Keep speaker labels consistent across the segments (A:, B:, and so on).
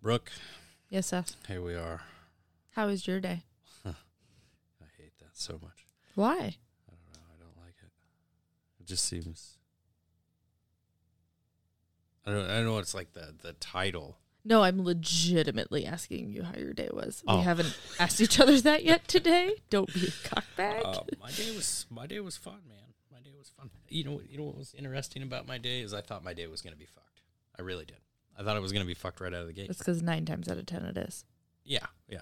A: Brooke,
B: Yes, Seth.
A: here we are.
B: How was your day?
A: I hate that so much. I
B: Why?
A: don't know. I don't like it. It just seems. I don't. I don't know. It's like the the title.
B: No, I'm legitimately asking you how your day was.
A: Oh.
B: We haven't asked each other that yet today. Don't be a cockbag.
A: Uh, my day was my day was fun, man. My day was fun. You know. You know what was interesting about my day is I thought my day was gonna be fucked. I really did. I thought it was gonna be fucked right out of the gate.
B: That's because nine times out of ten it is.
A: yeah. Yeah.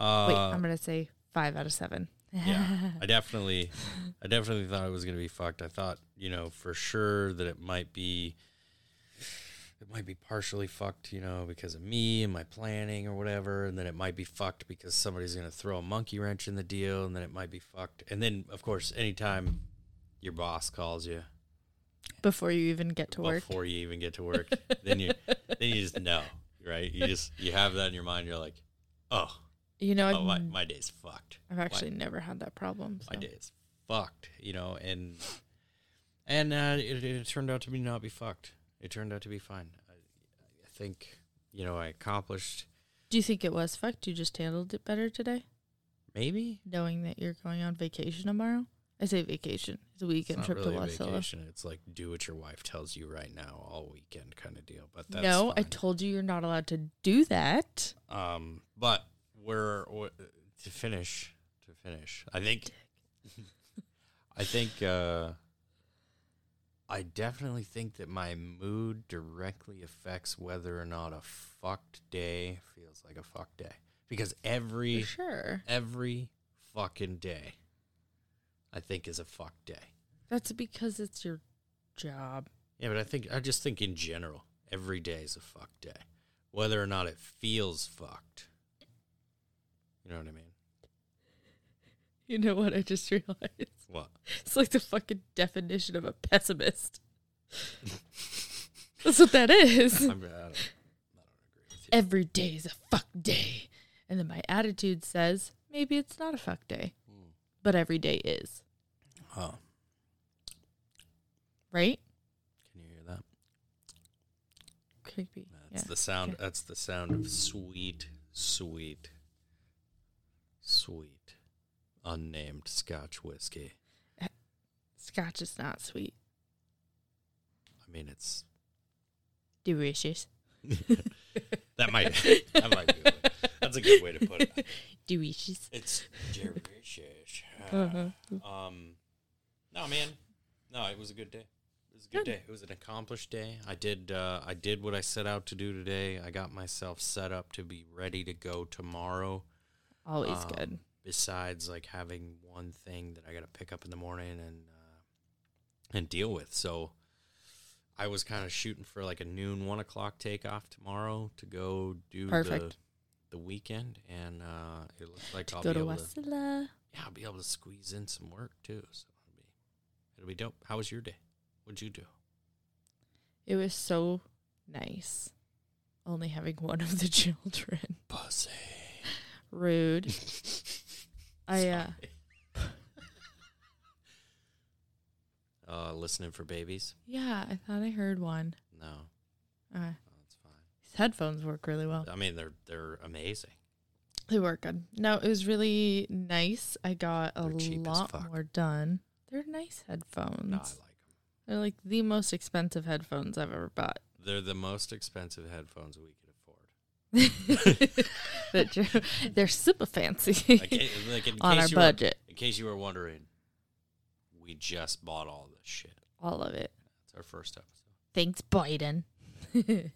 B: Wait,
A: Uh,
B: I'm gonna say five out of seven.
A: yeah, I definitely, I definitely thought I was gonna be fucked. I thought, you know, for sure that it might be, it might be partially fucked, you know, because of me and my planning or whatever, and then it might be fucked because somebody's gonna throw a monkey wrench in the deal, and then it might be fucked, and then of course, anytime your boss calls you
B: Before you even get to work.
A: before you even get to work, then you, then you just know, right? You just you have that in your mind. You're like, oh,
B: You know, I've,
A: oh my, my day's fucked.
B: I've actually never had that problem.
A: my
B: so.
A: day is fucked, you know, and and uh, it, it turned out to be not be fucked. It turned out to be fine. I, I think you know I accomplished
B: Do you think it was fucked? You just handled it better today,
A: maybe
B: knowing that you're going on vacation tomorrow. I say vacation. It's a
A: it's
B: weekend
A: not
B: trip
A: really
B: to
A: a
B: Wasilla.
A: vacation. It's like do what your wife tells you right now all weekend kind of deal. But that's
B: No, I
A: fine.
B: told you you're not allowed to do that.
A: um, but we're w- to finish to finish. I think I think uh, I definitely think that my mood directly affects whether or not a fucked day feels like a fucked day because
B: For
A: every
B: sure.
A: every fucking day I think is a fucked day.
B: That's because it's your job.
A: Yeah, but I think I just think in general every day is a fucked day, whether or not it feels fucked. You know what I mean?
B: You know what I just realized?
A: What?
B: It's like the fucking definition of a pessimist. That's what that is.
A: I'm, I, don't, I don't agree with you.
B: Every day is a fuck day. And then my attitude says, maybe it's not a fuck day,
A: Hmm.
B: but every day is,
A: Oh,
B: right?
A: can you hear that?
B: Creepy.
A: That's
B: Yeah.
A: the sound.
B: Okay.
A: That's the sound of sweet, sweet, sweet, unnamed Scotch whiskey.
B: Scotch is not sweet.
A: I mean, it's
B: Delicious.
A: that might that might be a good way- that's a good way to put it.
B: Delicious.
A: It's delicious.
B: Uh-huh.
A: Um, no, man, no, it was a good day. It was a good,
B: Good.
A: day. It was an accomplished day. I did, uh, I did what I set out to do today. I got myself set up to be ready to go tomorrow.
B: Always
A: Um,
B: good.
A: Besides, like having one thing that I got to pick up in the morning and uh, and deal with. So I was kind of shooting for like a noon, one o'clock takeoff tomorrow to go do the
B: Perfect.
A: the weekend, and uh, it looks like I'll
B: Go
A: be
B: to
A: able to
B: Wasilla.
A: yeah, I'll be able to squeeze in some work too. So it'll be it'll be dope. How was your day? What'd you do?
B: It was so nice. Only having one of the children.
A: Pussy.
B: Rude. I uh
A: Uh, listening for babies?
B: yeah, I thought I heard one.
A: No,
B: Uh,
A: no, Oh, that's fine.
B: his headphones work really well.
A: I mean, they're they're amazing.
B: They work good. No, it was really nice. I got a
A: They're cheap as
B: lot
A: fuck.
B: more done. They're nice headphones.
A: No, I like them.
B: They're like the most expensive headphones I've ever bought.
A: They're the most expensive headphones we could afford.
B: That ju- they're super fancy
A: Like, eh, like in
B: on
A: case
B: our
A: you
B: budget.
A: Were, in case you were wondering, we just bought all this shit.
B: All of it.
A: It's our first episode.
B: Thanks, Biden.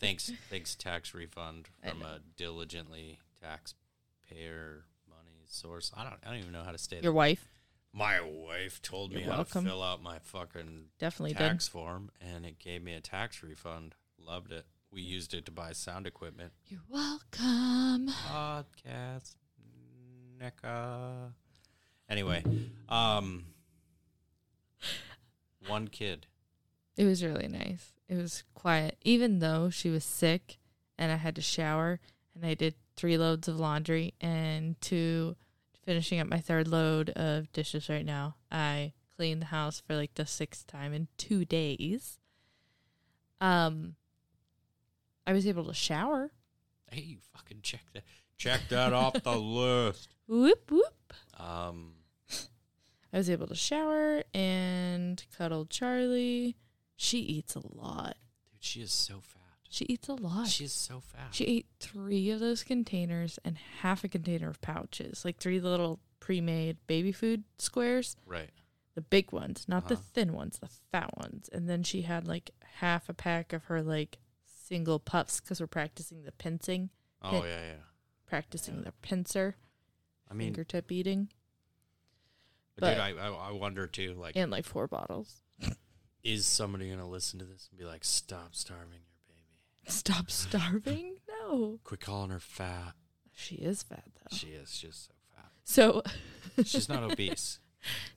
A: thanks, thanks tax refund
B: I
A: from a diligently taxpayer money source. I don't, I don't even know how to say that.
B: Your wife
A: My wife told me
B: You're
A: how
B: welcome.
A: to fill out my fucking
B: definitely did.
A: tax form, and it gave me a tax refund. Loved it. We used it to buy sound equipment.
B: You're welcome.
A: Podcast, NECA. Anyway, um, one kid.
B: It was really nice. It was quiet, even though she was sick and I had to shower and I did three loads of laundry and two finishing up my third load of dishes right now. I cleaned the house for like the sixth time in two days. Um I was able to shower.
A: Hey, you fucking check that. Check that off the list.
B: Whoop whoop.
A: Um,
B: I was able to shower and cuddle Charlie. She eats a lot.
A: dude, she is so fat.
B: She eats a lot.
A: She is so fat.
B: She ate three of those containers and half a container of pouches, like three little pre made baby food squares,
A: right.
B: the big ones, not the
A: Uh-huh.
B: thin ones, the fat ones. And then she had like half a pack of her like single puffs because we're practicing the pincing,
A: Oh yeah,
B: Yeah.
A: yeah.
B: practicing the pincer,
A: I mean,
B: fingertip eating,
A: dude,
B: but-
A: I, I I wonder too. Like,
B: and like four bottles.
A: is somebody gonna listen to this and be like, "Stop starving your baby.
B: Stop starving? No.
A: Quit calling her fat.
B: She is fat though.
A: She is. She's so fat.
B: So,
A: She's not obese.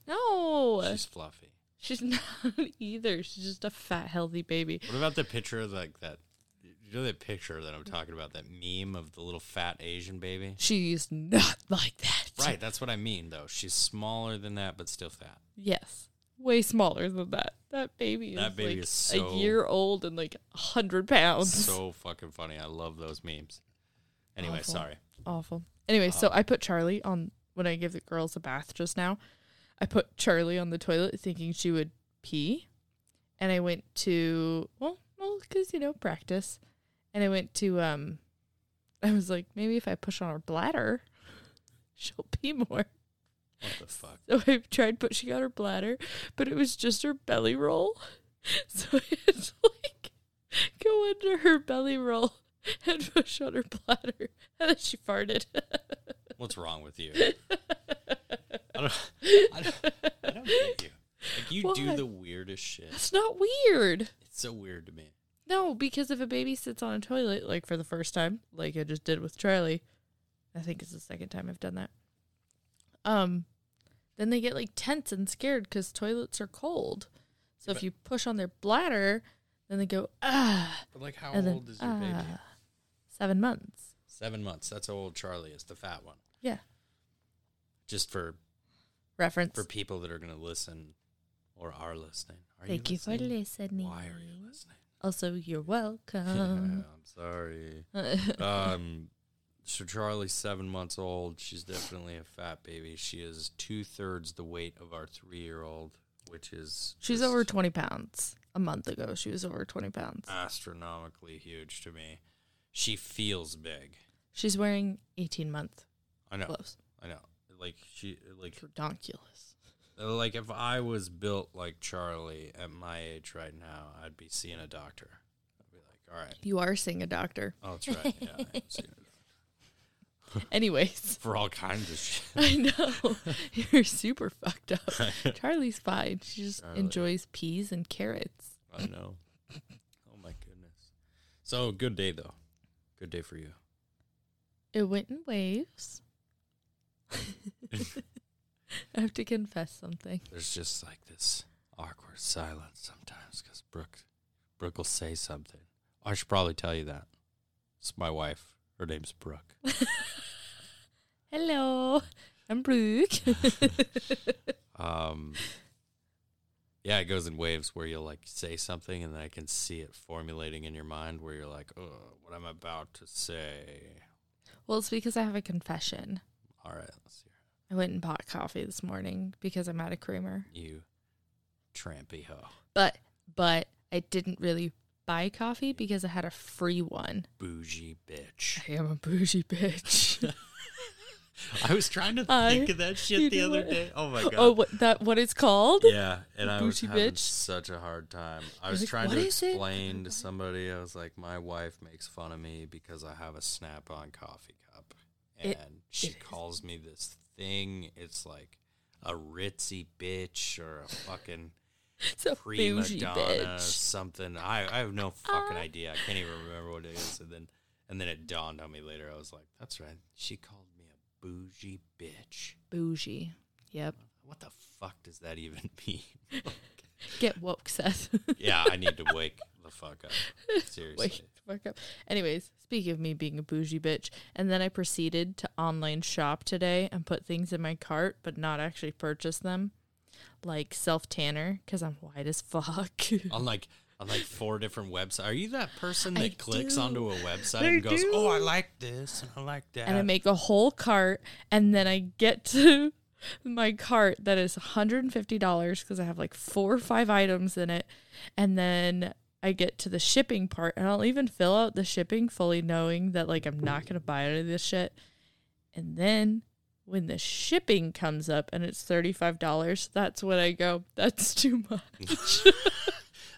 B: no.
A: She's fluffy.
B: She's not either. She's just a fat, healthy baby.
A: What about the picture of like that? You know that picture that I'm talking about, that meme of the little fat Asian baby?
B: She's not like that.
A: Right, that's what I mean though. She's smaller than that, but still fat.
B: Yes. Way smaller than that. That baby is,
A: That baby
B: like
A: is so-
B: a year old and like a 100 pounds.
A: So fucking funny. I love those memes. Anyway,
B: Awful.
A: sorry.
B: Awful. Anyway, so I put Charlie on when I gave the girls a bath just now. I put Charlie on the toilet thinking she would pee. And I went to, well, well, because, you know, practice. And I went to, um, I was like, maybe if I push on her bladder, she'll pee more.
A: What the fuck?
B: So I tried pushing out her bladder, but it was just her belly roll. So I had to like go under her belly roll and push on her bladder. And then she farted.
A: What's wrong with you? I don't, I don't, I don't get you. Like you do
B: Why?
A: the weirdest shit.
B: That's not weird.
A: It's so weird to me.
B: No, because if a baby sits on a toilet, like for the first time, like I just did with Charlie, I think it's the second time I've done that. Um, then they get like tense and scared because toilets are cold. So if
A: But-
B: you push on their bladder, then they go ah.
A: But like how
B: And then,
A: old is your baby?
B: ah, Seven months.
A: Seven months. That's how old Charlie is, the fat one.
B: Yeah.
A: Just for
B: Reference.
A: for people that are gonna listen or are listening. Are
B: Thank you, for
A: listening?
B: listening. Um,
A: Why are you listening?
B: Also, you're
A: Yeah,
B: welcome.
A: I'm sorry. um, so Charlie's seven months old. She's definitely a fat baby. She is two thirds the weight of our three year old, which is
B: She's
A: just
B: over 20 pounds. A month ago, she was over 20 pounds.
A: Uh, astronomically huge to me. She feels big.
B: She's wearing 18 month
A: I know.
B: clothes.
A: I know. Like she, like
B: It's Redonkulous.
A: like if I was built like Charlie at my age right now, I'd be seeing a doctor. I'd be like, all right.
B: You are seeing a doctor.
A: Oh, that's right. Yeah, I am seeing a doctor.
B: Anyways,
A: for all kinds of shit.
B: I know. You're super fucked up. Charlie's fine. She just
A: Charlie.
B: enjoys peas and carrots.
A: I know. Oh my goodness. So good day though. Good day for you.
B: It went in waves. I have to confess something.
A: There's just like this awkward silence sometimes because Brooke, Brooke will say something. I should probably tell you that. It's my wife. Her name's Brooke.
B: Hello, I'm Brooke.
A: Um, yeah, it goes in waves where you'll like say something and then I can see it formulating in your mind where you're like, oh, what I'm about to say.
B: well, it's because I have a confession.
A: All right, let's hear
B: I went and bought coffee this morning because I'm out of creamer.
A: it. You trampy hoe.
B: But but I didn't really buy coffee because I had a free one.
A: Bougie bitch.
B: I am a bougie bitch.
A: Oh I was trying to
B: I-
A: think of that
B: you
A: shit the
B: know
A: other
B: what?
A: day. Oh my god.
B: oh, what that what it's called?
A: yeah, and I was
B: Bougie
A: having
B: bitch.
A: such a hard time. I was
B: like,
A: trying
B: "What
A: to
B: is it?"
A: explain to somebody. I was like, my wife makes fun of me because I have a Snap-on coffee cup, and
B: It-
A: she
B: it is-
A: calls me this thing. It's like a ritzy bitch or a fucking
B: It's a
A: prima
B: bougie
A: donna or
B: bitch.
A: something. I, I have no fucking
B: Ah.
A: idea. I can't even remember what it is. And then and then it dawned on me later. I was like, that's right. She called me a bougie bitch.
B: Bougie. Yep.
A: What the fuck does that even mean?
B: Get woke, Seth.
A: yeah, I need to wake the fuck up. Seriously.
B: Wake the fuck up. Anyways, speaking of me being a bougie bitch, and then I proceeded to online shop today and put things in my cart, but not actually purchase them, like self tanner because I'm white as fuck.
A: I'm like, on like four different websites. Are you that person that
B: I
A: clicks
B: do.
A: onto a website
B: I
A: and goes,
B: do.
A: "Oh, I like this and I like that."
B: and I make a whole cart, and then I get to my cart that is $150 because I have like four or five items in it, and then I get to the shipping part, and I'll even fill out the shipping fully knowing that like I'm not gonna buy any of this shit, and then. When the shipping comes up and it's $35, that's when I go, that's too much.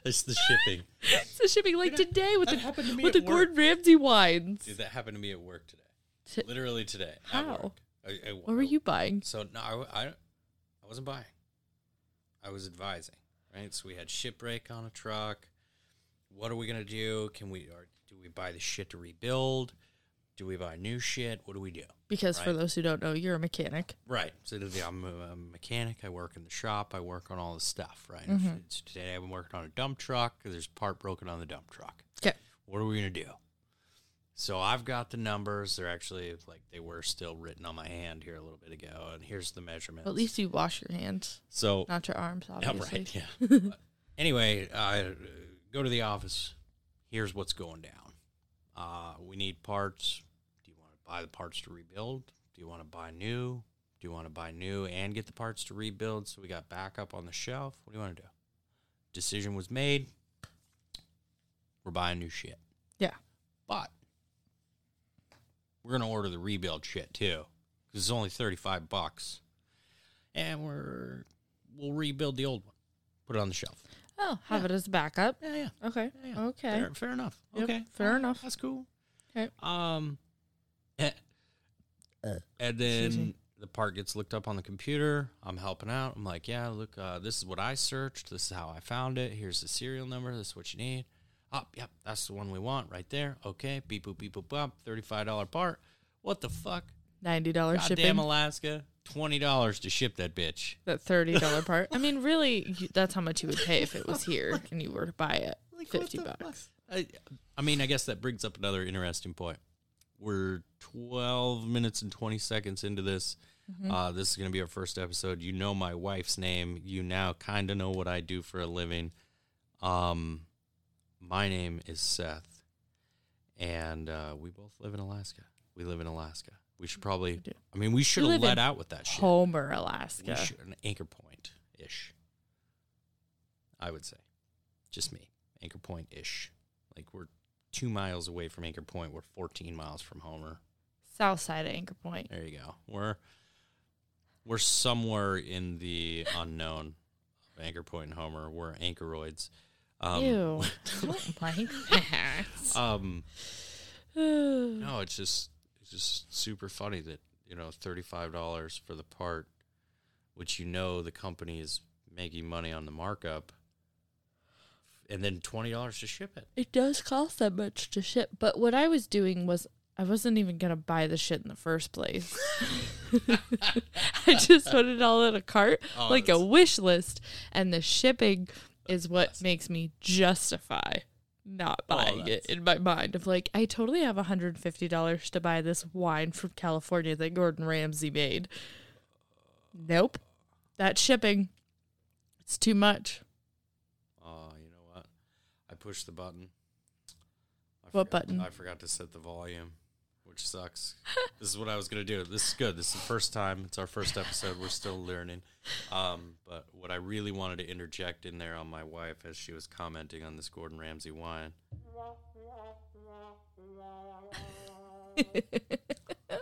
A: it's the shipping.
B: It's the shipping like
A: Dude,
B: today with
A: that
B: the
A: happened to me
B: with
A: at
B: the
A: work.
B: Gordon Ramsay wines.
A: Dude, that happened to me at work today.
B: T-
A: Literally today. at
B: How?
A: work. I- I-
B: What were
A: I-
B: you buying?
A: So no, I, w- I- I wasn't buying. I was advising. Right. So we had shipwreck on a truck. What are we gonna do? Can we or do we buy the shit to rebuild? Do we buy new shit? What do we do?
B: Because for
A: Right.
B: those who don't know, you're a mechanic.
A: Right. So the- I'm a, a mechanic. I work in the shop. I work on all this stuff. Right.
B: Mm-hmm.
A: So today I'm working on a dump truck. There's a part broken on the dump truck.
B: Okay.
A: What are we gonna do? So I've got the numbers. They're actually like they were still written on my hand here a little bit ago. And here's the measurements.
B: At least you wash your hands,
A: so
B: not your arms,
A: Yeah,
B: obviously.
A: right. Yeah. anyway, I uh, go to the office. Here's what's going down. Uh, we need parts. Do you want to buy the parts to rebuild? Do you want to buy new? Do you want to buy new and get the parts to rebuild? So we got backup on the shelf. What do you want to do? Decision was made. We're buying new shit.
B: Yeah.
A: But we're gonna order the rebuild shit too, because it's only thirty five bucks, and we're we'll rebuild the old one, put it on the shelf.
B: Oh, have it as a backup.
A: Yeah, yeah,
B: Okay.
A: yeah. yeah.
B: Okay.
A: fair, fair enough.
B: Yep,
A: Okay,
B: fair
A: All right,
B: enough.
A: That's cool.
B: Okay.
A: Um, eh, and then the part gets looked up on the computer. I'm helping out. I'm like, yeah, look, uh, this is what I searched. This is how I found it. Here's the serial number. This is what you need. Up, yep, that's the one we want right there. Okay, beep boop beep boop boop. Thirty five dollar part. What the fuck?
B: Ninety dollars shipping.
A: Goddamn Alaska. Twenty dollars to ship that bitch.
B: that thirty dollar part. I mean, really, you, that's how much you would pay if it was here and you were to buy it. Fifty bucks.
A: I, I mean, I guess that brings up another interesting point. We're 12 minutes and 20 seconds into this.
B: Mm-hmm.
A: Uh, this is going to be our first episode. You know my wife's name. You now kind of know what I do for a living. Um, my name is Seth, and uh, we both live in Alaska. We live in Alaska. We should probably.
B: do.
A: I mean, we should have
B: live
A: let
B: in
A: out with that shit.
B: Homer,
A: We
B: Alaska.
A: should, an anchor point ish. I would say, just me, anchor point ish. Like we're two miles away from anchor point. We're 14 miles from Homer.
B: South side of Anchor Point.
A: There you go. We're we're somewhere in the unknown. of Anchor Point and Homer. We're anchoroids. Um,
B: Ew. I don't like that.
A: Um, no, it's just it's just super funny that you know thirty five dollars for the part, which you know the company is making money on the markup, and then twenty dollars to ship it.
B: It does cost that much to ship, but what I was doing was I wasn't even gonna buy the shit in the first place. I just put it all in a cart,
A: Oh,
B: like a
A: that's-
B: wish list, and the shipping is what makes me justify not
A: Oh,
B: buying it
A: that's-
B: in my mind of like I totally have $150 to buy this wine from California that Gordon Ramsay made. Nope. That shipping it's too much.
A: Oh, you know what? I pushed the button. I
B: What
A: forgot-
B: button?
A: I forgot to set the volume, which sucks. this is what I was gonna do. This is good. This is the first time. It's our first episode. We're still learning. Um, but what I really wanted to interject in there on my wife as she was commenting on this Gordon Ramsay wine.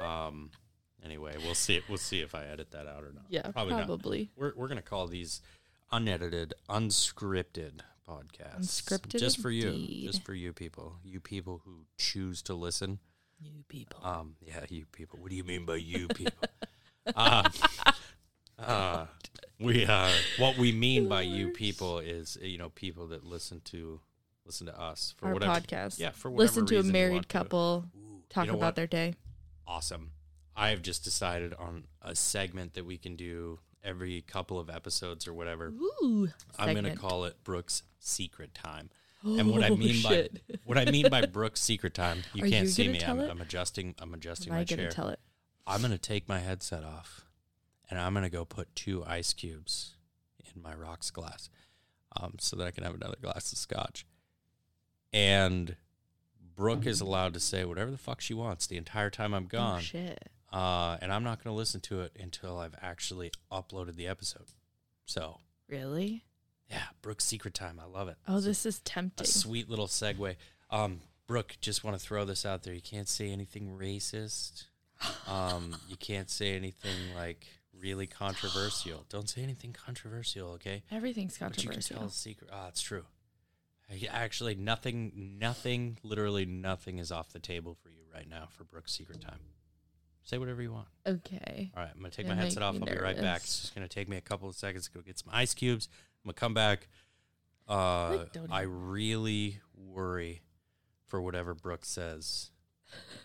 A: um. Anyway, we'll see. We'll see if I edit that out or not.
B: Yeah,
A: not.
B: probably.
A: We're, we're going to call these unedited, unscripted podcasts.
B: Unscripted
A: Just for
B: indeed.
A: you. Just for you people. You people who choose to listen.
B: New people.
A: Um, yeah, you people. What do you mean by you people? uh, uh, we uh, what we mean by you people is uh, you know people that listen to listen to us for
B: Our
A: whatever
B: podcast.
A: Yeah, for whatever
B: Listen to a
A: reason you
B: married
A: want to.
B: couple
A: Ooh,
B: talk
A: you know
B: about
A: what?
B: their day.
A: awesome. I have just decided on a segment that we can do every couple of episodes or whatever.
B: Ooh,
A: I'm going to
B: segment.
A: call it Brooks Secret Time. And what I
B: Oh,
A: mean
B: shit.
A: by what I mean by Brooks Secret Time, you
B: Are
A: can't
B: you
A: see
B: gonna
A: me.
B: tell
A: I'm,
B: it?
A: I'm adjusting. I'm adjusting
B: Am I
A: my
B: gonna
A: chair.
B: tell it? Oh,
A: I'm going to take my headset off, and I'm going to go put two ice cubes in my rocks glass, um, so that I can have another glass of scotch. and Brooke is allowed to say whatever the fuck she wants the entire time I'm
B: Oh,
A: gone.
B: shit.
A: uh, and I'm not going to listen to it until I've actually uploaded the episode. So,
B: Really?
A: yeah, Brooke's secret time. I love it.
B: Oh,
A: It's a-
B: this is tempting.
A: a sweet little segue. Um, Brooke, just want to throw this out there. You can't say anything racist. Um, you can't say anything like really controversial. Don't say anything controversial, okay?
B: Everything's
A: But you can tell
B: controversial.
A: a secret. Ah, it's true. I- Actually, nothing, nothing, literally nothing is off the table for you right now for Brooke's secret time. Say whatever you want.
B: Okay.
A: All right, I'm gonna take
B: You're
A: my headset off. I'll
B: making me
A: be right back.
B: nervous.
A: It's just gonna take me a couple of seconds to go get some ice cubes. I'm gonna come back. Uh,
B: Like, don't-
A: I really worry for whatever Brooke says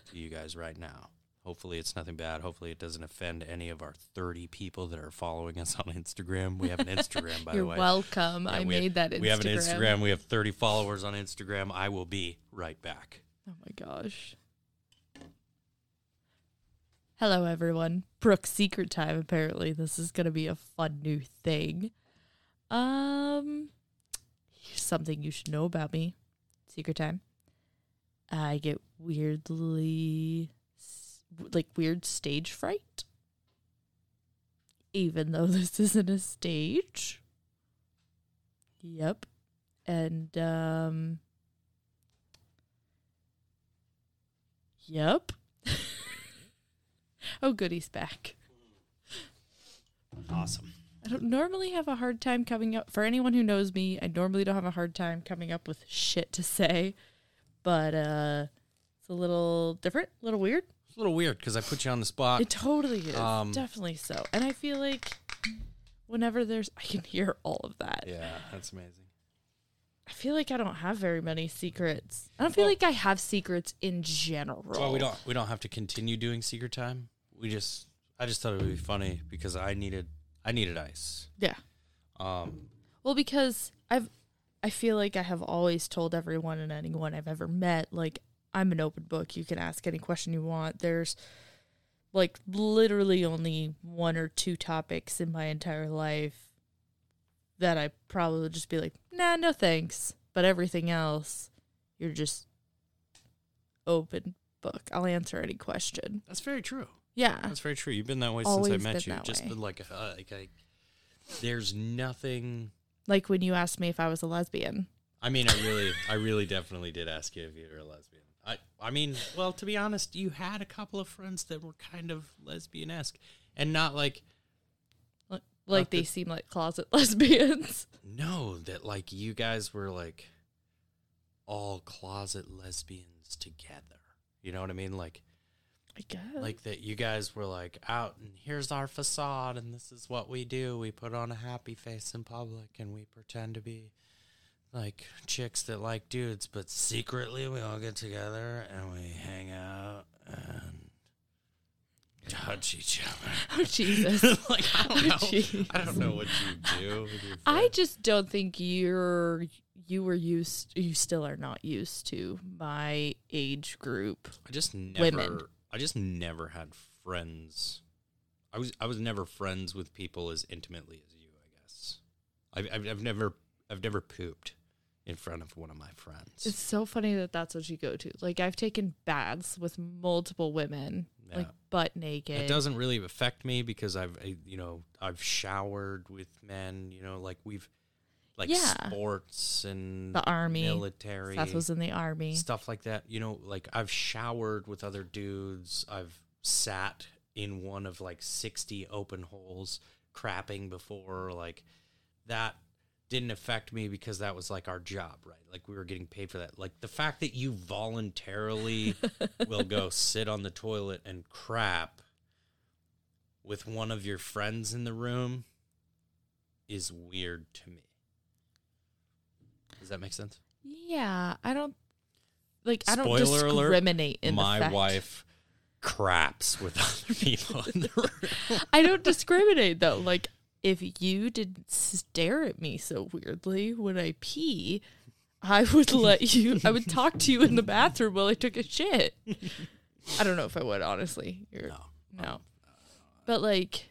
A: to you guys right now. Hopefully, it's nothing bad. Hopefully, it doesn't offend any of our 30 people that are following us on Instagram. We have an Instagram, by
B: You're
A: the way.
B: welcome.
A: Yeah,
B: I
A: we-
B: made that Instagram.
A: We have an Instagram. We have 30 followers on Instagram. I will be right back.
B: Oh my gosh. Hello, everyone. Brooke's secret time. Apparently, this is going to be a fun new thing. Um, here's something you should know about me. Secret time. I get weirdly, s- like, weird stage fright. Even though this isn't a stage. Yep. And, um, Yep. oh, good, he's back.
A: Awesome.
B: I don't normally have a hard time coming up. For anyone who knows me, I normally don't have a hard time coming up with shit to say, but uh, it's a little different, a little weird.
A: It's a little weird because I put you on the spot.
B: It totally is,
A: um,
B: definitely so. And I feel like whenever there's, I can hear all of that.
A: yeah, that's amazing.
B: I feel like I don't have very many secrets. I don't feel
A: Well-
B: like I have secrets in general.
A: Well, we don't we don't have to continue doing secret time. We just I just thought it would be funny because I needed I needed ice.
B: Yeah.
A: Um,
B: Well, because I've I feel like I have always told everyone and anyone I've ever met, like I'm an open book. You can ask any question you want. There's like literally only one or two topics in my entire life that I probably would just be like, nah, no thanks. But everything else, you're just open book. I'll answer any question.
A: that's very true.
B: Yeah.
A: That's very true. You've been that way
B: Always
A: since I met
B: been
A: you.
B: that
A: Just
B: way.
A: been like, uh, like I, there's nothing.
B: Like when you asked me if I was a lesbian.
A: I mean, I really, I really definitely did ask you if you were a lesbian. I, I mean, well, to be honest, you had a couple of friends that were kind of lesbian esque, and not like
B: Like-
A: Not
B: Like
A: that-
B: they seem like closet lesbians.
A: No, that like you guys were like all closet lesbians together. You know what I mean? Like
B: I guess.
A: like that you guys were like out and here's our facade and this is what we do. We put on a happy face in public and we pretend to be like chicks that like dudes, but secretly we all get together and we hang out and touch each
B: Oh Jesus.
A: other. like I don't know.
B: Oh, Jeez.
A: I don't know what you do with your
B: I
A: friends.
B: just don't think you're you were used you still are not used to my age group.
A: I just never
B: women.
A: I just never had friends. I was I was never friends with people as intimately as you, I guess. I've I've, I've never I've never pooped in front of one of my friends.
B: It's so funny that that's what you go to. Like I've taken baths with multiple women, like
A: Yeah.
B: butt naked.
A: it doesn't really affect me because I've I, you know I've showered with men. You know, like we've like
B: Yeah.
A: sports and
B: The army.
A: military.
B: Seth was in the army.
A: stuff like that. You know, like I've showered with other dudes. I've sat in one of like 60 open holes crapping before. Like that didn't affect me because that was like our job, right? Like we were getting paid for that. Like the fact that you voluntarily will go sit on the toilet and crap with one of your friends in the room is weird to me. Does that make sense?
B: Yeah, I don't like I don't
A: Spoiler alert,
B: discriminate in the
A: my
B: fact-
A: wife craps with other people in the room.
B: I don't discriminate though. Like if you didn't stare at me so weirdly when I pee, I would let you I would talk to you in the bathroom while I took a shit. I don't know if I would honestly. You're, no.
A: No,
B: But like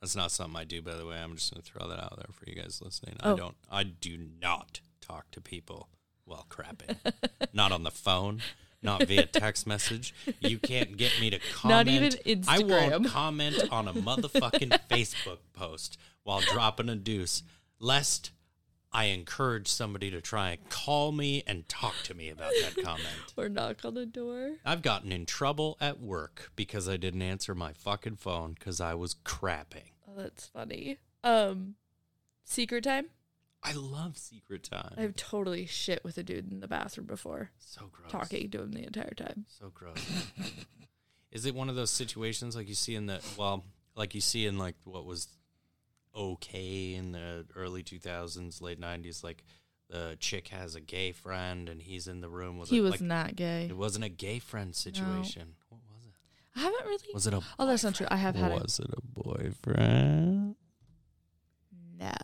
A: that's not something I do. By the way, I'm just going to throw that out there for you guys listening. I
B: Oh.
A: don't. I do not talk to people while crapping. not on the phone, not via text message. You can't get me to comment.
B: Not even
A: I won't
B: Instagram.
A: comment on a motherfucking Facebook post while dropping a deuce, lest I encourage somebody to try and call me and talk to me about that comment.
B: or knock on the door.
A: I've gotten in trouble at work because I didn't answer my fucking phone because I was crapping.
B: Oh, that's funny. Um, secret time.
A: I love secret time.
B: I've totally shit with a dude in the bathroom before,
A: so gross.
B: talking to him the entire time.
A: So gross. Is it one of those situations like you see in the well, like you see in like what was okay in the early two thousands, late nineties, like the chick has a gay friend and he's in the room with
B: he
A: a,
B: was
A: like,
B: not gay.
A: it wasn't a gay friend situation. What was it?
B: I haven't really.
A: Was it a
B: oh, that's not true. I have had a
A: was it a boyfriend?
B: no.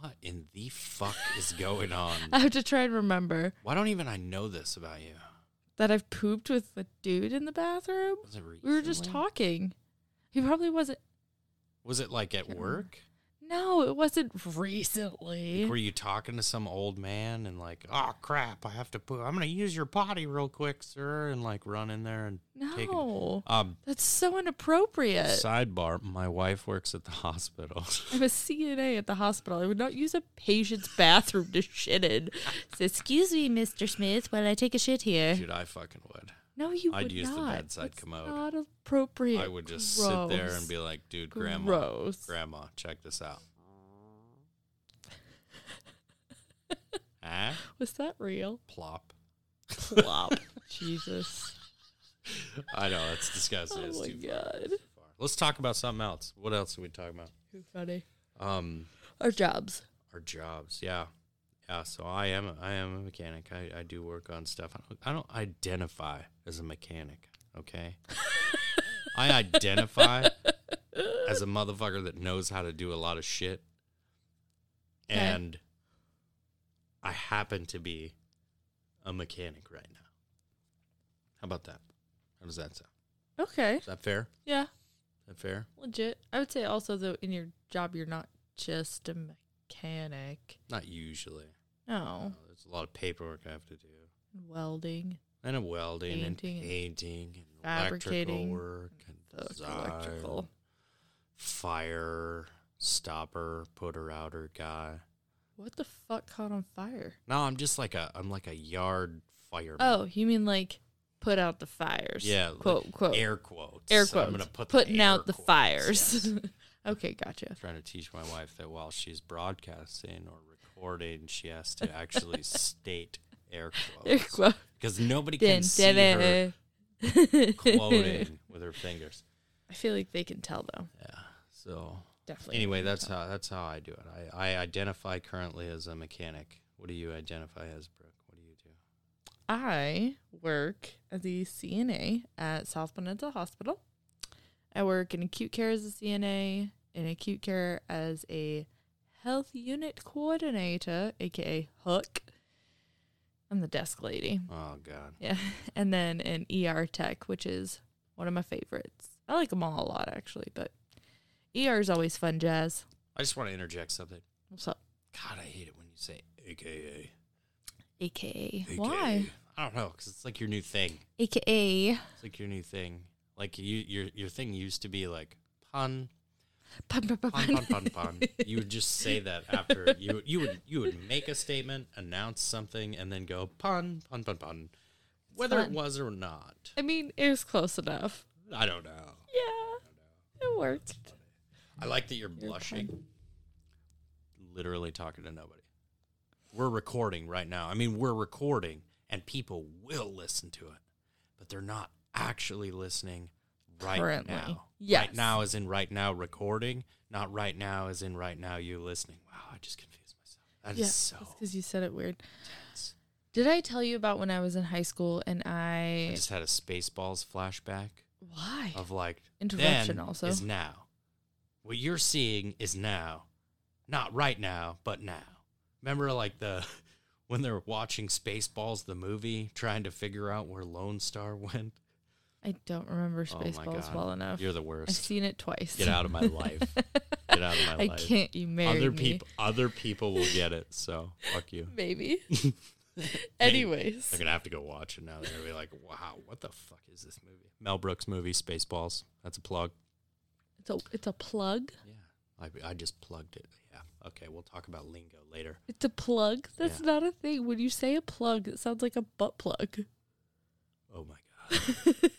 A: What in the fuck is going on?
B: I have to try and remember
A: Why don't even I know this about you?
B: that I've pooped with a dude in the bathroom.
A: Was it recently?
B: We were just talking. He probably wasn't.
A: Was it like at
B: Can't
A: work?
B: No, it wasn't
A: Like,
B: recently.
A: were you talking to some old man and like, oh crap, I have to poo. I'm gonna use your potty real quick, sir, and like run in there and take it.
B: No,
A: Um,
B: that's so inappropriate.
A: sidebar: My wife works at the hospital.
B: I'm a CNA at the hospital. I would not use a patient's bathroom to shit in. So, excuse me, Mr. Smith, while I take a shit here.
A: Dude, I fucking would.
B: No, you
A: I'd
B: would
A: use the
B: not.
A: bedside
B: That's
A: commode.
B: Not appropriate.
A: I would just sit there and be like, dude, grandma,
B: Gross.
A: grandma, check this out. ah,
B: Was that real?
A: plop.
B: Plop. Jesus.
A: I know that's disgusting.
B: Oh
A: It's
B: my
A: too
B: god.
A: far. Let's talk about something else. What else are we talking about?
B: Too funny.
A: Um.
B: Our jobs.
A: our jobs. Yeah. Yeah, so I am a, I am a mechanic. I, I do work on stuff. I don't, I don't identify as a mechanic, okay? I identify as a motherfucker that knows how to do a lot of shit.
B: Okay.
A: And I happen to be a mechanic right now. How about that? How does that sound?
B: Okay.
A: Is that fair?
B: Yeah.
A: Is that fair?
B: Legit. I would say also though in your job you're not just a mechanic.
A: Not usually.
B: No.
A: Uh, there's a lot of paperwork I have to do.
B: Welding.
A: and a welding and
B: Painting and
A: painting and electrical
B: fabricating
A: work and
B: Fuck,
A: design,
B: electrical.
A: fire stopper putter outer guy.
B: What the fuck caught on fire?
A: No, I'm just like a I'm like a yard fireman.
B: Oh, you mean like put out the fires?
A: yeah, like
B: Quote quote. Air,
A: air quotes.
B: quotes.
A: I'm gonna put the
B: putting
A: air
B: out the
A: quotes,
B: fires.
A: yes.
B: okay, gotcha.
A: Trying to teach my wife that while she's broadcasting or recording, she has to actually state air
B: Air
A: quotes
B: quote.
A: because nobody
B: Dun,
A: Oh, can see
B: dun,
A: her
B: dun.
A: quoting with her fingers.
B: I feel like they can tell though.
A: Yeah, so
B: Definitely.
A: anyway that's
B: how.
A: how that's how i do it I, I identify currently as a mechanic what do you identify as brooke what do you do
B: I work as a CNA at South Peninsula Hospital. I work in acute care as a CNA, in acute care as a health unit coordinator, aka hook. I'm the desk lady.
A: oh god
B: Yeah. And then an ER tech, which is one of my favorites. I like them all a lot actually, but ER is always fun jazz.
A: i just want to interject something
B: What's up?
A: god i hate it when you say aka
B: AKA.
A: AKA.
B: Why?
A: i don't know because it's like your new thing
B: AKA
A: it's like your new thing like you your your thing used to be like pun
B: pun pun pun.
A: pun pun
B: pun.
A: pun pun you would just say that after you you would you would make a statement announce something and then go pun pun pun pun whether it
B: Fun.
A: was or not
B: I mean, it was close enough.
A: i don't know
B: Yeah, it worked.
A: I like that you're,
B: You're
A: blushing. Literally talking to nobody. We're recording right now. I mean, we're recording and people will listen to it, but they're not actually listening right
B: Currently.
A: now. Right
B: Yes.
A: now is in right now recording, not right now is in right now you listening. Wow, I just confused myself. That is so
B: because you said it weird.
A: tense.
B: Did I tell you about when I was in high school and
A: I
B: I,
A: just had a Spaceballs flashback
B: why
A: of like
B: interruption
A: then
B: also?
A: is now. What you're seeing is now, not right now, but now. Remember, like the when they're watching Spaceballs, the movie, trying to figure out where Lone Star went.
B: I don't remember
A: Oh my
B: Spaceballs
A: God.
B: well enough.
A: You're the
B: I've
A: worst.
B: seen it twice.
A: Get out of my life. Get out of my
B: I
A: life.
B: can't. You married
A: other
B: me.
A: people other people will get it, so fuck you.
B: Maybe.
A: Anyway.
B: Anyways,
A: They're gonna have to go watch it now. They're gonna be like, "Wow, what the fuck is this movie?" Mel Brooks movie, Spaceballs. That's a plug.
B: it's a it's a plug.
A: Yeah, I, I just plugged it. Yeah. Okay, we'll talk about lingo later.
B: It's a plug. That's not a thing. When you say a plug, it sounds like a butt plug.
A: Oh my god.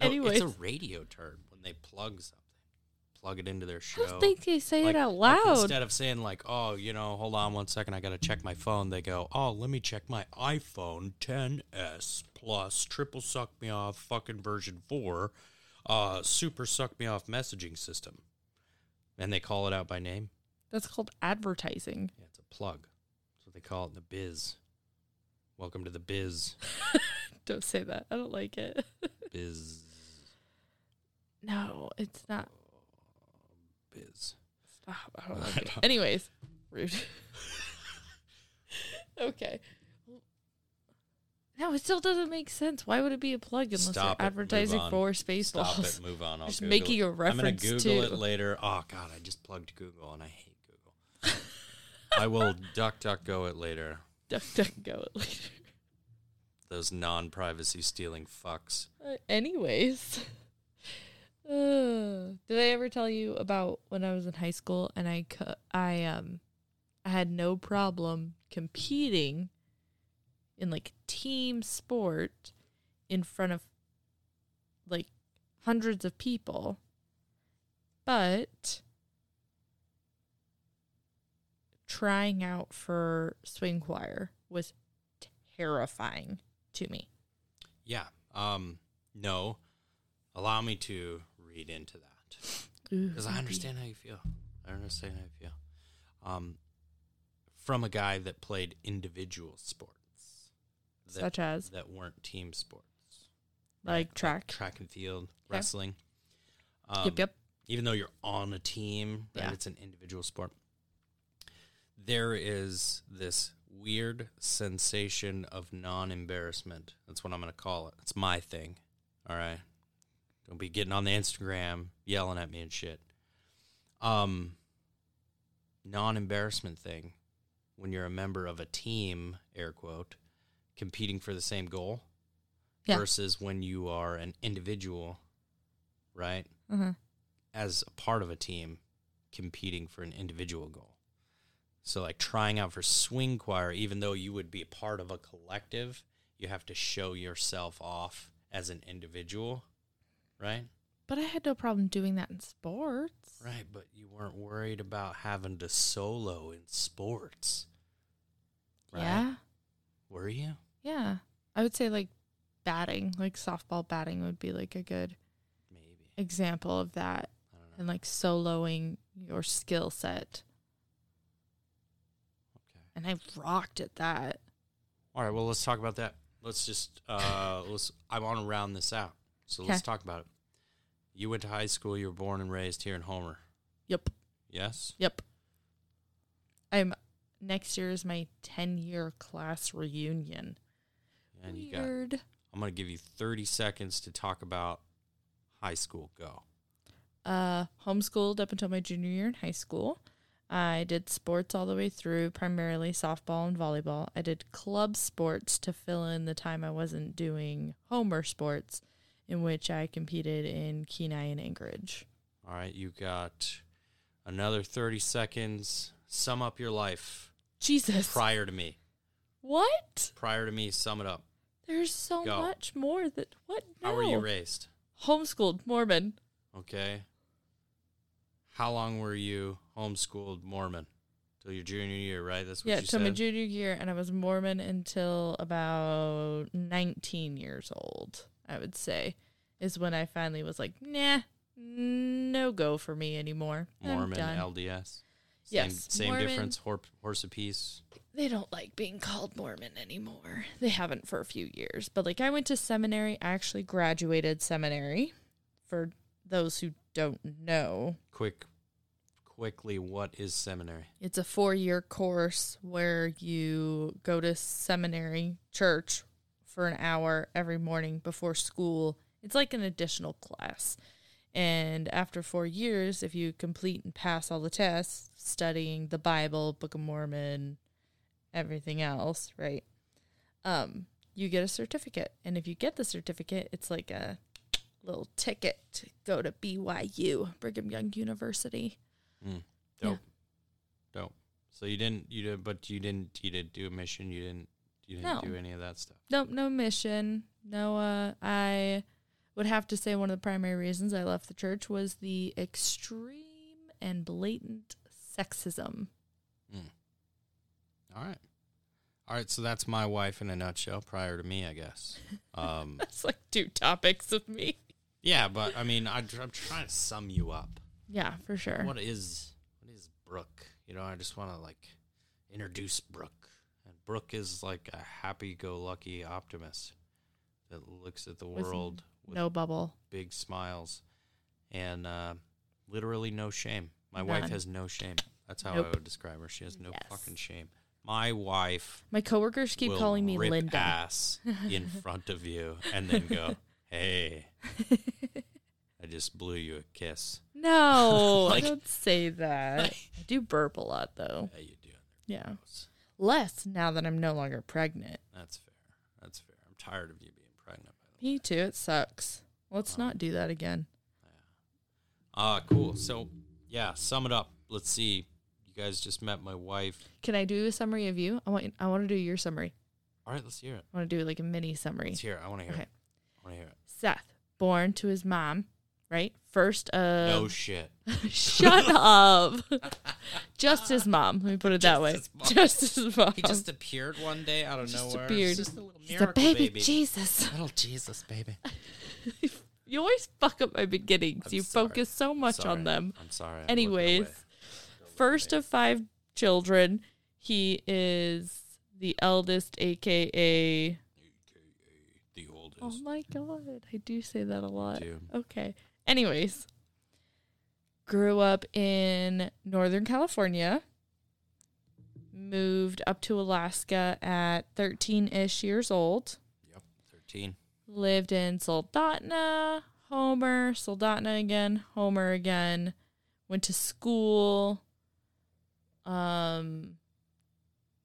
A: No, it's
B: Anyways.
A: a radio term when they plug something, plug it into their
B: I
A: show.
B: don't think they say
A: Like-
B: it out
A: like,
B: loud.
A: instead of saying like, "Oh, you know, hold on one second, I gotta check my phone," they go, "Oh, let me check my iPhone 10s Plus triple suck me off fucking version four, uh, super suck me off messaging system," and they call it out by name.
B: That's called advertising.
A: Yeah, it's a plug. That's what they call it in the biz. Welcome to the biz,
B: Don't say that. I don't like it.
A: biz,
B: No, it's not.
A: biz.
B: Stop. I
A: I
B: don't like it.
A: don't-
B: Anyways, rude. okay. No, it still doesn't make sense. Why would it be a plug unless
A: Stop it.
B: they're
A: Move
B: advertising
A: on.
B: for
A: Stop
B: Spaceballs?
A: it. Move on. I'll
B: Just
A: Google
B: making
A: it.
B: a reference
A: I'm gonna Google it
B: to-
A: later. Oh God, I just plugged Google and I hate Google. I will duck duck go it later.
B: Duck, duck, go it later.
A: Those non-privacy stealing fucks.
B: Uh, anyways, uh, did I ever tell you about when I was in high school and I co- I um I had no problem competing in like team sport in front of like hundreds of people, but trying out for swing choir was terrifying to me.
A: Yeah. Um. No. Allow me to read into that because I understand how you feel. I understand how you feel. Um. From a guy that played individual sports, that-
B: Such as?
A: that weren't team sports.
B: like track.
A: track and field,
B: Yeah.
A: wrestling. Um,
B: yep, yep.
A: Even though you're on a team, right,
B: Yeah.
A: it's an individual sport. There is this weird sensation of non embarrassment. That's what I'm going to call it. It's my thing. All right. Don't be getting on the Instagram yelling at me and shit. Um, non embarrassment thing when you're a member of a team, air quote, competing for the same goal
B: Yeah.
A: versus when you are an individual, right?
B: Uh-huh.
A: As a part of a team competing for an individual goal. So, like trying out for swing choir, even though you would be a part of a collective, you have to show yourself off as an individual, right?
B: But I had no problem doing that in sports.
A: Right, but you weren't worried about having to solo in sports. Right?
B: Yeah.
A: Were you?
B: Yeah. I would say like batting, like softball batting would be like a good
A: Maybe.
B: example of that
A: I don't know.
B: and like soloing your skill set.
A: Okay.
B: And I rocked at that.
A: All right. Well, let's talk about that. Let's just uh, let's. I want to round this out. So let's
B: Okay.
A: talk about it. You went to high school. You were born and raised here in Homer.
B: Yep.
A: Yes.
B: Yep. I'm next year is my 10 year class reunion.
A: And you got.
B: Weird.
A: I'm gonna give you 30 seconds to talk about high school. Go.
B: uh, homeschooled up until my junior year in high school. I did sports all the way through, primarily softball and volleyball. I did club sports to fill in the time I wasn't doing homer sports, in which I competed in Kenai and Anchorage.
A: All right. You got another 30 seconds. Sum up your life
B: Jesus.
A: prior to me.
B: what?
A: Prior to me, sum it up.
B: There's so
A: Go.
B: much more that. What? No.
A: How were you raised?
B: Homeschooled, Mormon.
A: Okay. How long were you homeschooled Mormon? Till your junior year, right? That's what
B: yeah,
A: you
B: till
A: said.
B: my junior year, and I was Mormon until about 19 years old, I would say, is when I finally was like, nah, no go for me anymore. I'm
A: Mormon
B: done.
A: LDS. Same,
B: Yes,
A: same
B: Mormon.
A: difference. Hor- horse apiece.
B: they don't like being called Mormon anymore. They haven't for a few years. But like, I went to seminary, I actually graduated seminary for those who don't know.
A: Quick, quickly, what is seminary?
B: It's a four year course where you go to seminary church for an hour every morning before school It's like an additional class. And after four years, if you complete and pass all the tests, studying the Bible, Book of Mormon, everything else, right? Um, you get a certificate. And if you get the certificate, it's like a little ticket to go to BYU, Brigham Young University. Yeah.
A: Dope. Dope. So you didn't you did but you didn't you did do a mission, you didn't you didn't
B: No.
A: do any of that stuff.
B: Nope, no mission. No, uh, I would have to say one of the primary reasons I left the church was the extreme and blatant sexism.
A: All right. All right, so that's my wife in a nutshell prior to me, I guess. Um,
B: That's like two topics of me.
A: yeah, but I mean, I, I'm trying to sum you up.
B: Yeah, for sure.
A: What is what is Brooke? You know, I just want to like introduce Brooke. And Brooke is like a happy-go-lucky optimist that looks at the
B: With
A: world with
B: no bubble.
A: big smiles and uh, literally no shame. My wife
B: None.
A: has no shame. That's how I
B: Nope.
A: would describe her. She has no
B: Yes.
A: fucking shame. My wife
B: My coworkers keep
A: will
B: calling me
A: rip
B: Linda.
A: ass in front of you and then go, "Hey, I just blew you a kiss."
B: No,
A: Like-
B: don't say that. I do burp a lot though.
A: How you doing?
B: Yeah.
A: That's-
B: Less now that I'm no longer pregnant.
A: That's fair. That's fair. I'm tired of you being pregnant. By the way.
B: Me too. It sucks. Let's not do that again.
A: Ah, cool. So, yeah, sum it up. Let's see. You guys just met my wife.
B: Can I do a summary of you? I want I want to do your summary.
A: All right, let's hear it.
B: I want to do like a mini summary.
A: Let's hear it. I want to hear
B: Okay.
A: it. I want to hear it.
B: Seth, born to his mom, right? First of
A: no shit.
B: Shut up. just his mom. Let me put it that way.
A: his mom.
B: Just his mom.
A: He just appeared one day out of
B: Just
A: nowhere.
B: appeared.
A: It's just a little
B: He's a
A: miracle
B: baby,
A: baby.
B: Jesus.
A: Little Jesus baby.
B: You always fuck up my beginnings.
A: I'm
B: you
A: sorry.
B: focus so much
A: Sorry.
B: on them.
A: I'm sorry. I'm looking
B: Anyways,
A: away.
B: first of five children, he is the eldest, aka.
A: the oldest.
B: Oh my god, I do say that a lot.
A: do.
B: Okay. Anyways, grew up in Northern California, moved up to Alaska at 13 ish years old.
A: Yep. Thirteen.
B: lived in Soldotna, Homer, Soldotna again, Homer again, went to school, um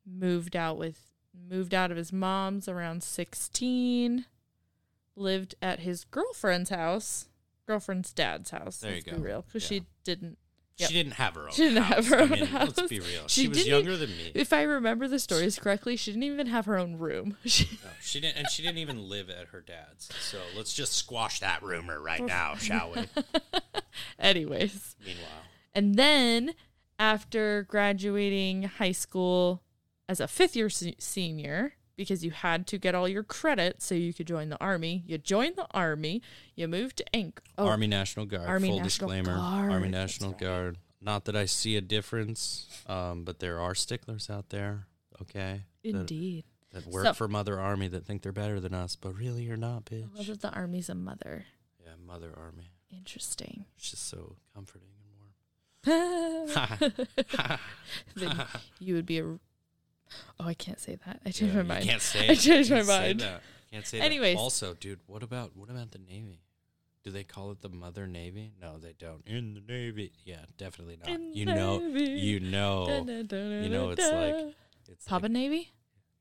B: moved out with moved out of his mom's around 16, lived at his girlfriend's house, girlfriend's dad's house.
A: There you
B: let's
A: go.
B: Be real, because
A: Yeah.
B: she didn't. Yep.
A: She didn't have her own.
B: She didn't
A: house.
B: have her
A: I
B: own
A: mean, Let's
B: house.
A: be real. She,
B: She
A: was
B: didn't
A: younger than me.
B: If I remember the stories correctly, she didn't even have her own room. She,
A: No, she didn't, and she didn't even live at her dad's. So let's just squash that rumor
B: Oh.
A: right now, shall we?
B: anyways,
A: Meanwhile,
B: And then after graduating high school as a fifth year se- senior, because you had to get all your credits so you could join the army, you joined the army, you moved to Inc. Oh,
A: Army National Guard.
B: Army
A: full
B: National
A: disclaimer.
B: Guard,
A: Army
B: that's
A: National Guard. Not that I see a difference, um, but there are sticklers out there. Okay. that-
B: indeed.
A: that work
B: So-
A: for Mother Army that think they're better than us, but really you're not, bitch.
B: I love that the army's a mother.
A: Yeah, Mother Army.
B: Interesting.
A: It's just so comforting and warm.
B: then you would be a. Oh, I can't say that. I changed my mind.
A: You can't say.
B: I
A: it.
B: changed
A: You
B: my
A: can't say
B: mind.
A: that. You Can't say.
B: Anyways.
A: That. Also, dude, what about what about the Navy? Do they call it the Mother Navy? No, they don't. In the Navy. Yeah, definitely not.
B: In
A: you
B: the
A: know.
B: Navy.
A: You know.
B: you
A: know, it's like- Uh-huh. It's
B: Papa Navy?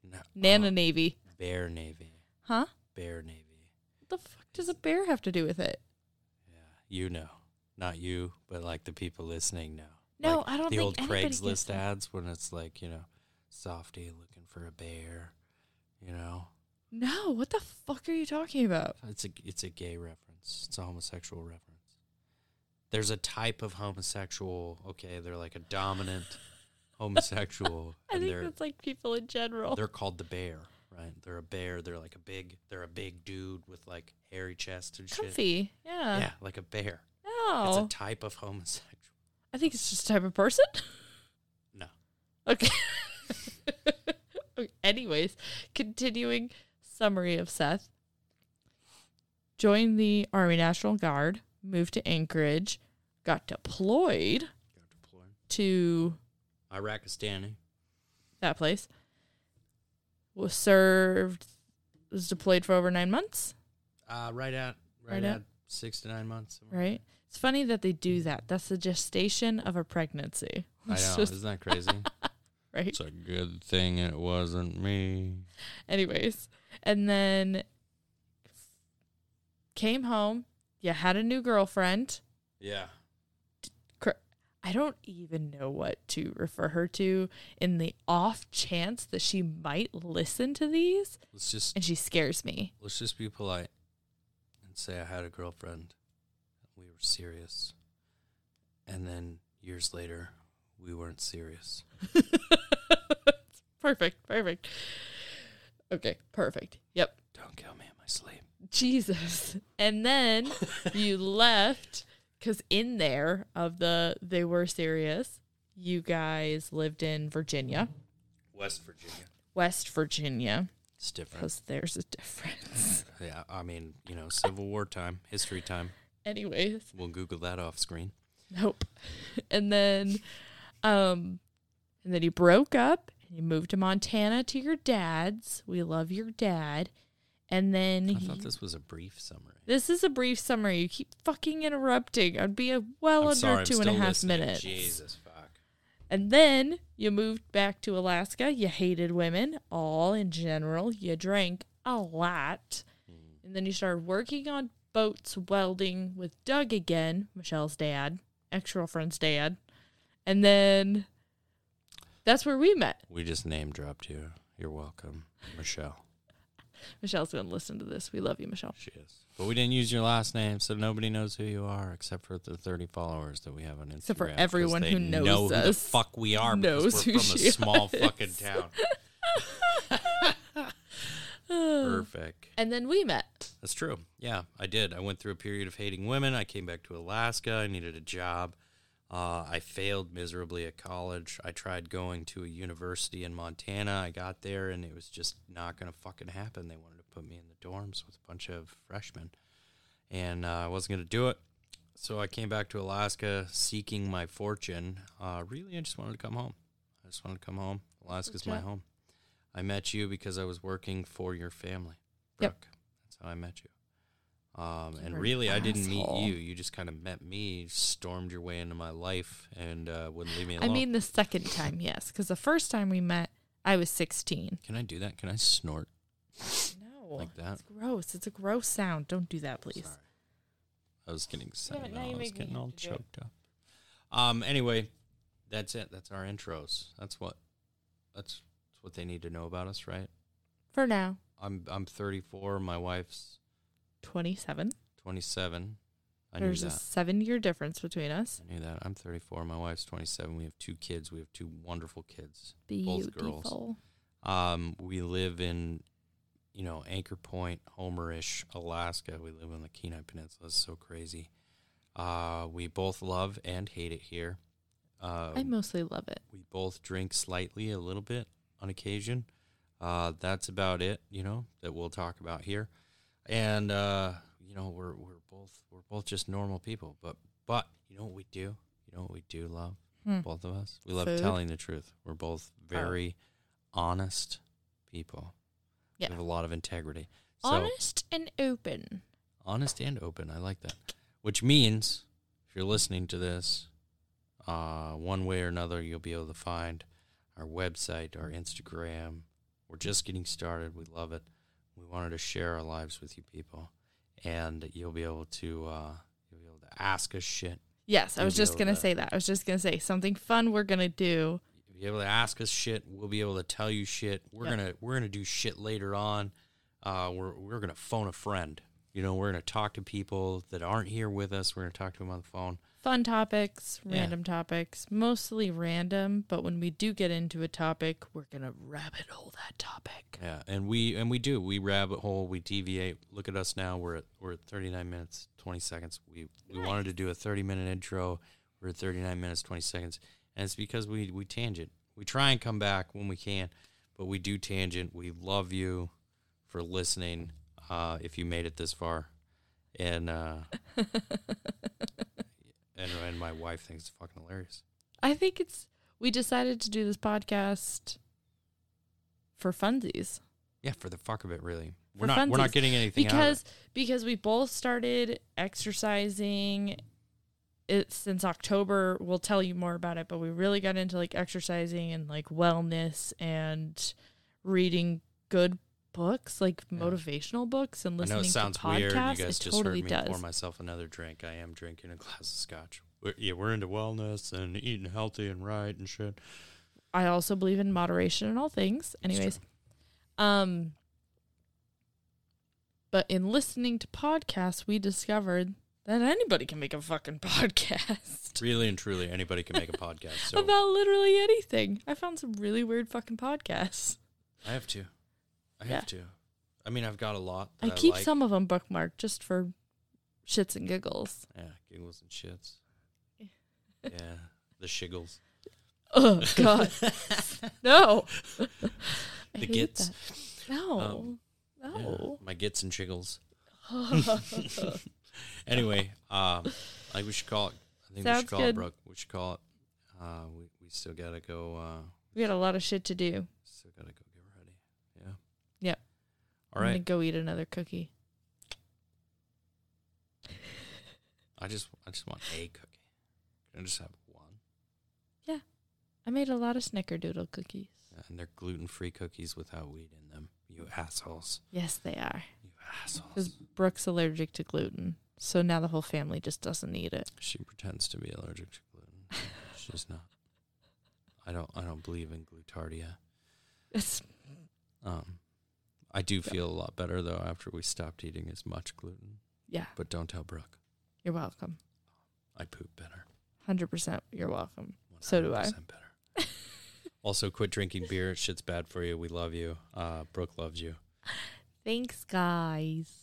A: like, no,
B: Nana
A: uh,
B: Navy.
A: Bear Navy.
B: Huh?
A: Bear Navy.
B: What the fuck does a bear have to do with it?
A: Yeah, you know. Not you, but like the people listening know.
B: No,
A: Like,
B: I don't
A: the
B: think
A: old
B: anybody gets
A: Craigslist
B: that.
A: ads when it's like you know, softy looking for a bear. You know,
B: No, what the fuck are you talking about?
A: it's a it's a gay reference. It's a homosexual reference. There's a type of homosexual. Okay, they're like a dominant homosexual,
B: I
A: and
B: think
A: they're
B: that's like people in general.
A: they're called the bear. Right? They're a bear. They're like a big. They're a big dude with like hairy chest and shit.
B: Comfy. Oh. Yeah.
A: Yeah, like a bear. It's
B: No.
A: a type of homosexual.
B: I think it's just a type of person.
A: No.
B: Okay. Okay, Anyways, continuing summary of Seth. Joined the Army National Guard, moved to Anchorage, got deployed
A: Got deployed.
B: to
A: Iraqistani.
B: that place. Was served, was deployed for over nine months.
A: Uh, right at right
B: Right up.
A: at six to nine months. somewhere like
B: right? It's funny that they do that. That's the gestation of a pregnancy.
A: that. I
B: It's
A: know.
B: just-
A: Isn't that crazy?
B: right?
A: it's a good thing it wasn't me.
B: Anyways, and then came home. You had a new girlfriend.
A: Yeah.
B: I don't even know what to refer her to in the off chance that she might listen to these,
A: Let's just
B: and she scares me.
A: let's just be polite and say I had a girlfriend. We were serious. And then years later, we weren't serious.
B: perfect, perfect. Okay, perfect. Yep.
A: Don't kill me in my sleep.
B: Jesus. And then you left because in there of the they were serious. You guys lived in Virginia,
A: West Virginia.
B: West Virginia,
A: It's different.
B: because there's a difference.
A: Yeah, I mean, you know, Civil War time, history time.
B: Anyways,
A: We'll Google that off screen.
B: nope. And then, um, and then you broke up and you moved to Montana to your dad's. We love your dad. And then
A: I
B: you-
A: thought this was a brief summary.
B: This is a brief summary. You keep fucking interrupting. I'd be a well
A: I'm sorry,
B: under
A: I'm
B: two and a
A: still
B: half
A: listening.
B: minutes.
A: Jesus fuck.
B: And then you moved back to Alaska. You hated women, all in general. You drank a lot. And then you started working on boats welding with Doug again, Michelle's dad, ex girlfriend's dad. And then that's where we met.
A: We just name dropped you. You're welcome, Michelle.
B: Michelle's going to listen to this. We love you, Michelle.
A: She is. But we didn't use your last name, so nobody knows who you are except for the 30 followers that we have on Instagram.
B: Except for
A: 'cause
B: everyone
A: they
B: who knows
A: know who the
B: us
A: fuck we are
B: knows
A: because we're
B: who
A: from a
B: she
A: small
B: is.
A: fucking town. Perfect.
B: And then we met.
A: That's true. Yeah, I did. I went through a period of hating women. I came back to Alaska. I needed a job. Uh, I failed miserably at college. I tried going to a university in Montana. I got there and it was just not going to fucking happen. They wanted to put me in the dorms with a bunch of freshmen, and uh, I wasn't going to do it. So I came back to Alaska seeking my fortune. Uh, really, I just wanted to come home. I just wanted to come home. Alaska's my
B: Okay.
A: home. I met you because I was working for your family.
B: Yep.
A: Brooke. That's how I met you. Um,
B: You
A: and
B: were an
A: really, I didn't meet
B: asshole.
A: you. You just kind of met me, stormed your way into my life, and uh, wouldn't leave me
B: I
A: alone.
B: mean, the second time, yes, because the first time we met, I was 16.
A: can I do that? Can I snort
B: No.
A: like that?
B: It's gross. It's a gross sound. Don't do that, please.
A: Sorry. I was getting excited.
B: now
A: now.
B: you
A: I was
B: make me
A: getting
B: have
A: all
B: to do it.
A: choked up. Um. Anyway, that's it. That's our intros. That's what. That's, that's what they need to know about us, right?
B: For now,
A: I'm I'm 34. My wife's
B: 27.
A: 27. I knew
B: There's a
A: that.
B: seven year difference between us.
A: I knew that. I'm 34. My wife's 27. We have two kids. We have two wonderful kids.
B: Beautiful.
A: Both girls. Um, we live in, you know, Anchor Point, Homerish, Alaska. We live on the Kenai Peninsula. It's so crazy. Uh, we both love and hate it here. Um,
B: I mostly love it.
A: we both drink slightly, a little bit on occasion. Uh, that's about it, you know, that we'll talk about here. And uh, you know, we're we're both we're both just normal people, but but you know what we do? You know what we do love?
B: Hmm.
A: Both of us. We love
B: Food. Oh.
A: telling the truth. We're both very honest people.
B: Yeah.
A: We have a lot of integrity. So
B: Honest and open.
A: honest and open. I like that. Which means if you're listening to this, uh, one way or another, you'll be able to find our website, our Instagram. We're just getting started. We love it. We wanted to share our lives with you people, and you'll be able to uh, you'll be able to ask us shit.
B: Yes, I
A: You'll
B: was
A: be
B: just
A: able
B: going to
A: to-
B: say that. I was just going to say something fun we're going to do.
A: You'll be able to ask us shit. We'll be able to tell you shit. We're
B: Yep.
A: gonna we're gonna do shit later on. Uh, we're we're gonna phone a friend. You know, we're gonna talk to people that aren't here with us. We're gonna talk to them on the phone.
B: Fun topics,
A: Yeah.
B: random topics, mostly random, but when we do get into a topic, we're going to rabbit hole that topic.
A: Yeah, and we and we do. We rabbit hole. We deviate. Look at us now. We're at we're at 39 minutes 20 seconds. We we wanted to do a 30 minute intro. We're at 39 minutes 20 seconds, and it's because we we tangent. We try and come back when we can, but we do tangent. We love you for listening. Uh, if you made it this far, and uh, and and my wife thinks it's fucking hilarious.
B: I think it's we decided to do this podcast for funsies.
A: Yeah, for the fuck of it, really. We're
B: For
A: not we're not
B: funsies.
A: getting anything out of
B: because because we both started exercising it since October. We'll tell you more about it, but we really got into like exercising and like wellness and reading good books, like
A: Yeah.
B: motivational books and
A: it. I
B: listening
A: know it sounds
B: to podcasts.
A: weird. You guys
B: it
A: just
B: totally
A: heard me
B: does.
A: pour myself another drink. I am drinking a glass of scotch. We're, yeah, we're into wellness and eating healthy and right and shit.
B: I also believe in moderation in all things.
A: That's
B: Anyways, um but in listening to podcasts, we discovered that anybody can make a fucking podcast.
A: Really and truly, anybody can make a podcast. So
B: about literally anything. I found some really weird fucking podcasts.
A: I have to. I
B: Yeah.
A: have to. I mean, I've got a lot.
B: I
A: That I
B: keep
A: like.
B: some of them bookmarked just for shits and giggles.
A: Yeah, giggles and shits. Yeah, the shiggles,
B: Oh god, no! I
A: the
B: hate
A: gits.
B: that. Oh. No,
A: Um, Yeah,
B: no.
A: my gits and shiggles. Anyway, um, I think we should call it. I think we should
B: Sounds
A: call it,
B: good.
A: Brooke. We should call it. Uh, we we still gotta go. Uh,
B: we got a lot of shit to do.
A: still gotta go get ready. Yeah.
B: Yep.
A: All
B: I'm gonna
A: right.
B: go eat another cookie.
A: I just I just want a cookie. Can I just have one?
B: I made a lot of snickerdoodle cookies.
A: And they're gluten free cookies without wheat in them. You assholes.
B: Yes, they are.
A: You assholes.
B: Because Brooke's allergic to gluten, so now the whole family just doesn't eat it.
A: She pretends to be allergic to gluten. She's not. I don't. I don't believe in glutardia.
B: It's
A: Um, I do
B: Yeah.
A: feel a lot better though after we stopped eating as much gluten.
B: yeah.
A: But don't tell Brooke.
B: You're welcome.
A: I poop better.
B: Hundred percent. You're welcome. So do I.
A: 100% Better. also, quit drinking beer. Shit's bad for you. We love you. Uh, Brooke loves you.
B: Thanks, guys.